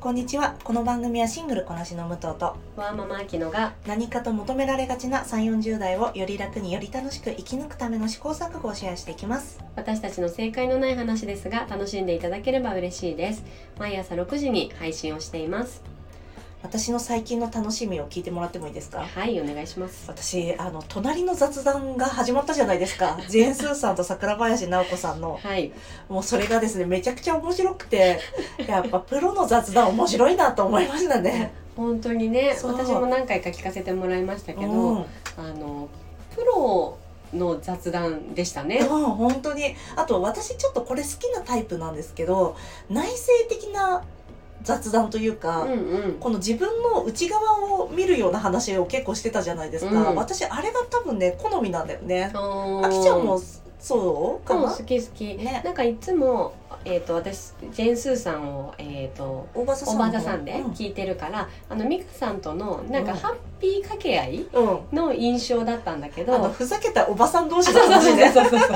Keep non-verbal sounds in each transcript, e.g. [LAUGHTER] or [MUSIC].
こんにちはこの番組はシングルこなしの武藤とわーママ秋野が何かと求められがちな3 4 0代をより楽により楽しく生き抜くための試行錯誤をシェアしていきます私たちの正解のない話ですが楽しんでいただければ嬉しいです毎朝6時に配信をしています私の最近の楽しみを聞いてもらってもいいですかはいお願いします私あの隣の雑談が始まったじゃないですかジェーン・スーさんと桜林直子さんのはいもうそれがですねめちゃくちゃ面白くてやっぱプロの雑談面白いなと思いましたね本当にねそう私も何回か聞かせてもらいましたけど、うんあのプロの雑談でしたうんね本当にあと私ちょっとこれ好きなタイプなんですけど内省的な雑談といううか、んうんこの自分の内側を見るような話を結構してたじゃないですか、うん私あれが多分ね好みなんだよねああきちゃんもそうかもな好き好き、ねなんかいつも、えー、と私ジェーン・スーさんを、えー、と大場さおんばあさんでうん、聞いてるから、あの美香さんとのなんうかんハッピー掛け合いうんの印象だったんだけど、あのふざけたおばさん同士そうの話そうそうねそうそうそう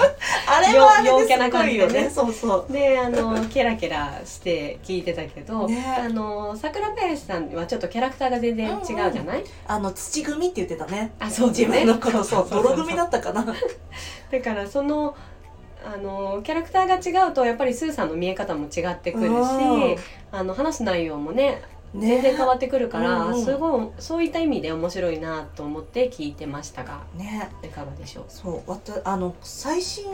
あれはあれ陽陽キャでなすご感いじよでねねそう [LAUGHS] そであのケラケラして聞いてたけうど、あねの桜林さんはちょっとキャラクターが全然違うじゃない、あの土組って言ってたねあそう自分の頃そそううそうそうそう泥組だったかなだからそのあのキャラクターが違うとやっぱりスーさんの見え方も違ってくるし、うんあの話す内容もねね全然変わってくるから、うんうんすごいそういった意味で面白いなと思って聞いてましたがねいかがでしょうそうわたあの最新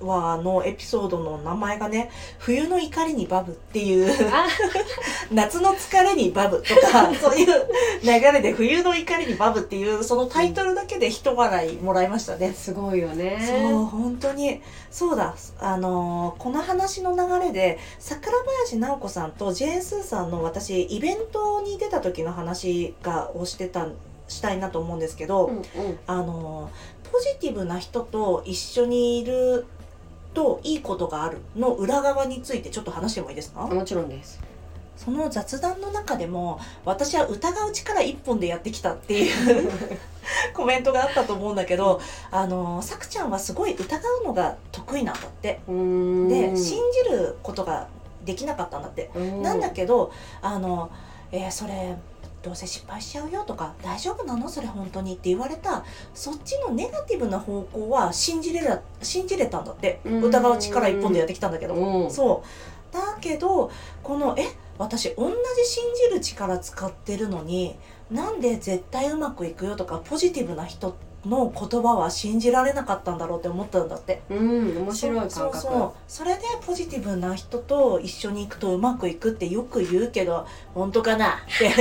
話のエピソードの名前がね「冬の怒りにバブ」っていう [LAUGHS] あ夏の疲れにバブと [LAUGHS] か、そういう流れで冬の怒りにバブっていう、そのタイトルだけで一笑いもらいましたね。すごいよねそう、本当に。そうだ、あのーこの話の流れで、桜林直子さんとジェーン・スーさんの私、イベントに出た時の話が、をしてた、したいなと思うんですけど、うんうんあのーポジティブな人と一緒にいるといいことがあるの裏側についてちょっと話してもいいですかもちろんですその雑談の中でも私は疑う力一本でやってきたっていう [LAUGHS] コメントがあったと思うんだけどあのさくちゃんはすごい疑うのが得意なんだってうーんで信じることができなかったんだって、なんだけどあの、えーそれどうせ失敗しちゃうよとか大丈夫なのそれ本当にって言われたそっちのネガティブな方向は信じれら信じれたんだってうん疑う力一本でやってきたんだけどうんそうだけどこのえ私同じ信じる力使ってるのになんで絶対うまくいくよとかポジティブな人の言葉は信じられなかったんだろうって思ったんだってうん面白い感覚そうそうそうそれでポジティブな人と一緒に行くとうまくいくってよく言うけど本当かなって [LAUGHS]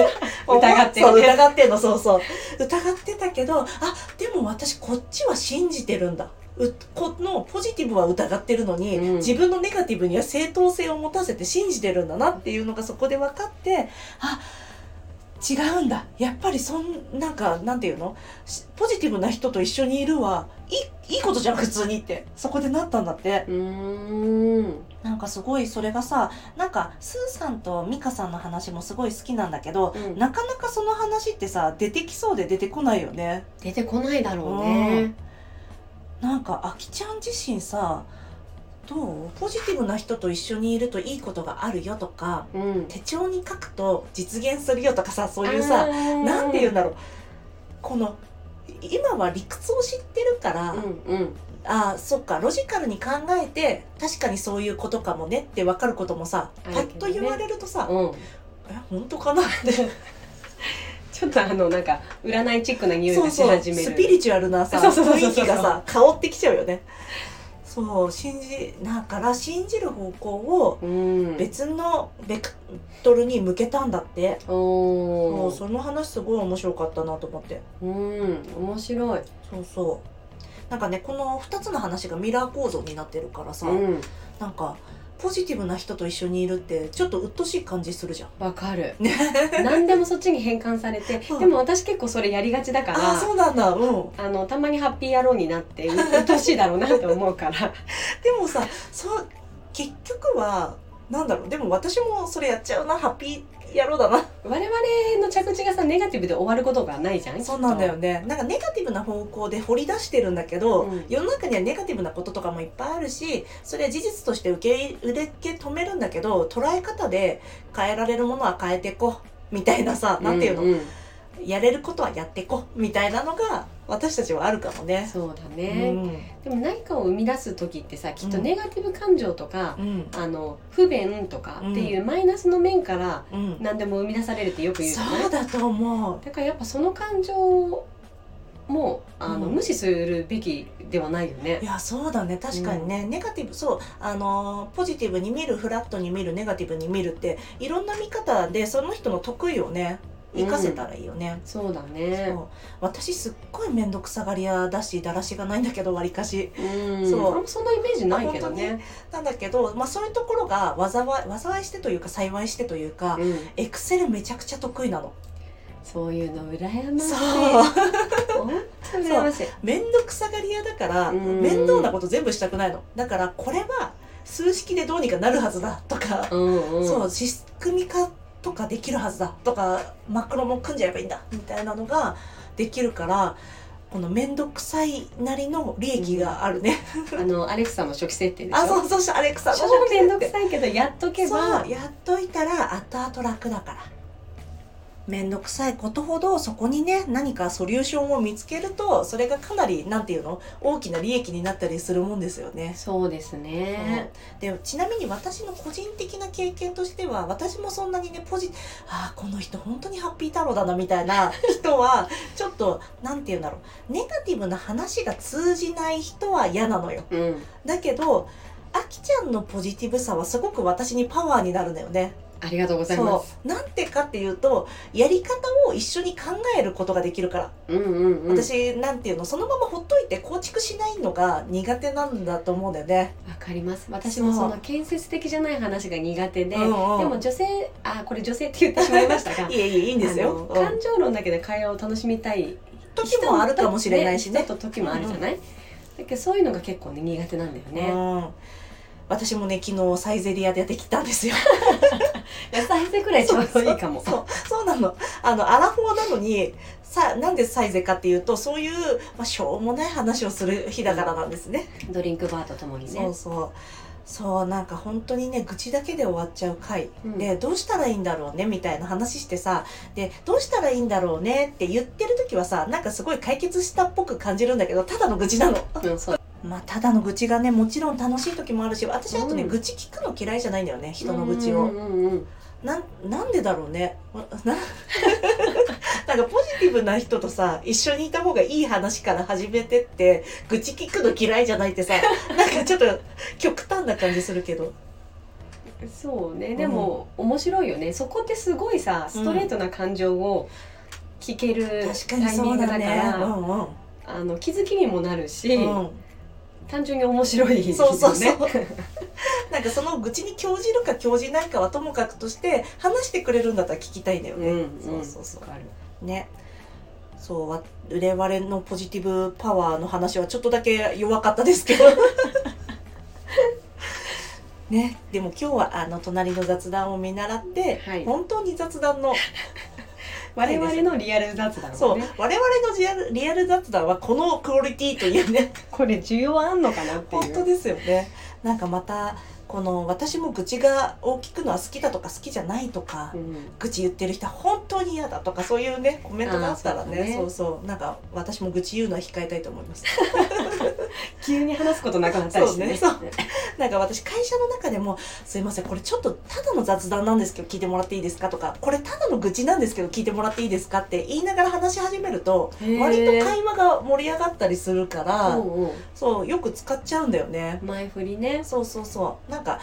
疑ってるそう疑ってんのそうそう疑ってたけどあでも私こっちは信じてるんだうこのポジティブは疑ってるのに、うん自分のネガティブには正当性を持たせて信じてるんだなっていうのがそこで分かってあ違うんだやっぱりそんなんかなんていうのしポジティブな人と一緒にいるはいいいいことじゃん普通にってそこでなったんだってうーんなんかすごいそれがさなんかスーさんとミカさんの話もすごい好きなんだけどうんなかなかその話ってさ出てきそうで出てこないよね出てこないだろうねなんかあきちゃん自身さどうポジティブな人と一緒にいるといいことがあるよとかうん手帳に書くと実現するよとかさそういうさなんて言うんだろうこの今は理屈を知ってるから、うんうんあーそっかロジカルに考えて確かにそういうことかもねって分かることもさあパるけどッねと言われるとさ、うんえ本当かなって [LAUGHS] ちょっとあのなんか占いチックな匂いそうがしそう始めるスピリチュアルなさそうそうそうそう雰囲気がさ香ってきちゃうよねそう信じだから信じる方向をうん別のベクトルに向けたんだって、おそうーその話すごい面白かったなと思ってうん面白いそうそうなんかねこの2つの話がミラー構造になってるからさ、うんなんかポジティブな人と一緒にいるってちょっと鬱陶しい感じするじゃんわかるね何でもそっちに変換されてうんでも私結構それやりがちだからああそうなんだうんあのたまにハッピー野郎になってうっとしいだろうなと思うから [LAUGHS] [LAUGHS] でもさそう結局はなんだろうでも私もそれやっちゃうなハッピー野郎だな我々の着地がさネガティブで終わることがないじゃ [LAUGHS] んそうなんだよきっねなんかネガティブな方向で掘り出してるんだけど、うん世の中にはネガティブなこととかもいっぱいあるしそれは事実として受け受け止めるんだけど捉え方で変えられるものは変えてこうみたいなさとなんていうの、んんやれることはやってこうみたいなのが私たちはあるかもね。そうだうね、んでも何かを生み出す時ってさきっとうんネガティブ感情とか、うんあの不便とかっていうマイナスの面からうん、何でも生み出されるってよく言うじゃないそうだと思うだからやっぱその感情もあの、うん無視するべきではないよねい。やそうだね確かにね、ネガティブそうあのーポジティブに見るフラットに見るネガティブに見るっていろんな見方でその人の得意をね活かせたらいいよね。そうだそね。う私すっごい面倒くさがり屋だしだらしがないんだけどわりかしうん。そうあんまそんなイメージないけどね。なんだけど、まあ、そういうところが災い災いしてというか幸いしてというかうん。エクセルめちゃくちゃ得意なのそういうの羨ましい。そう本当羨ましい。面倒くさがり屋だからうん面倒なこと全部したくないのだからこれは数式でどうにかなるはずだとか、うんうん。そう仕組み化とかできるはずだとかマクロも組んじゃえばいいんだみたいなのができるからこの面倒くさいなりの利益があるね、あのアレクサも初期設定でしょ。あそうそうしたアレクサ超めんどくくさいけどやっとけばそうやっといたら後々楽だから面倒くさいことほどそこにね何かソリューションを見つけるとそれがかなりなんていうの大きな利益になったりするもんですよね。そうですね。でちなみに私の個人的な経験としては私もそんなにねポジあーこの人本当にハッピー太郎だなみたい [LAUGHS] な人はちょっとなんていうんだろうネガティブな話が通じない人は嫌なのよ。うん。だけどあきちゃんのポジティブさはすごく私にパワーになるんだよね。ありがとうございます。そうなんてかっていうとやり方を一緒に考えることができるから、うんうんうん。わ私なんていうのそのままほっといて構築しないのが苦手なんだと思うんだよね。かります。私もそそうの建設的じゃない話が苦手で、うんうんでも女性あこれ女性って言ってしまいました [LAUGHS] がい。えいえいいんですあのよ。うん感情論だけで会話を楽しみたい時もあるかもしれないしね。人と時もあるじゃない、だけどそういうのが結構ね苦手なんだようね、ん私もね昨日サイゼリアでやってきたん [LAUGHS] ですよ。野菜生くらいちょうどいいかもそうそうなの。あのアラフォーなのにさなんでサイゼかっていうとそういうまあしょうもない話をする日だからなんですね。ドリンクバーとともにねそうそうそうなんか本当にね愚痴だけで終わっちゃう回、うんでどうしたらいいんだろうねみたいな話してさでどうしたらいいんだろうねって言ってる時はさなんかすごい解決したっぽく感じるんだけどただの愚痴なのうんそう [LAUGHS] まあただの愚痴がねもちろん楽しい時もあるし私あとね、うん愚痴聞くの嫌いじゃないんだよね人の愚痴うをんうんうんうんなんなんでだろうねわな [LAUGHS] なんかポジティブな人とさ一緒にいた方がいい話から始めてって愚痴聞くの嫌いじゃないってさなんかちょっと極端な感じするけどそうねでも、面白いよねそこってすごいさストレートな感情を聞ける確かタにイミそンうグだだから、ねうんうんあの気づきにもなるし、うん単純に面白いですそうそうそうよねなんかその愚痴に興じるか興じないかはともかくとして話してくれるんだったら聞きたいんだよ [LAUGHS] うんね、んそうそうそうわかるねそうわ我々のポジティブパワーの話はちょっとだけ弱かったです [LAUGHS] けどねでも今日はあの隣の雑談を見習って、はい本当に雑談の我々のリアル雑談そをうね我々のリアルリアル雑談はこのクオリティというねこれ需要あんのかなっていう本当ですよねなんかまたこの私も愚痴が大きくのは好きだとか好きじゃないとか、うん愚痴言ってる人は本当に嫌だとかそういうねコメントがあったらねあーそうだねそうそうなんか私も愚痴言うのは控えたいと思います急に話すことなくなったりしてねそうなんか私会社の中でも「すいませんこれちょっとただの雑談なんですけど聞いてもらっていいですか?」とか「これただの愚痴なんですけど聞いてもらっていいですか?」って言いながら話し始めるとへー割と会話が盛り上がったりするからおうおうそうよく使っちゃうんだよね前振りねそうそうそうなんか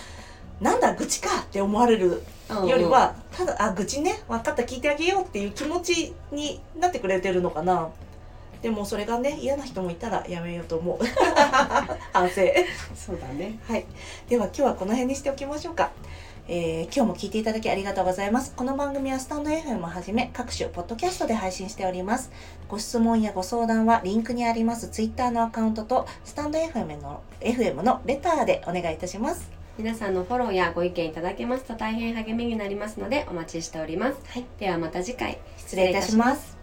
なんだ愚痴かって思われるよりはただあ愚痴ね分かった聞いてあげようっていう気持ちになってくれてるのかなでもそれがね嫌な人もいたらやめようと思う [LAUGHS] 反省 [LAUGHS] そうだねはい、では今日はこの辺にしておきましょうか。えー今日も聞いていただきありがとうございます。この番組はスタンド FM をはじめ各種ポッドキャストで配信しております。ご質問やご相談はリンクにあります Twitter のアカウントとスタンド FM の FM のレターでお願いいたします。皆さんのフォローやご意見いただけますと大変励みになりますのでお待ちしております。はいではまた次回。失礼いたします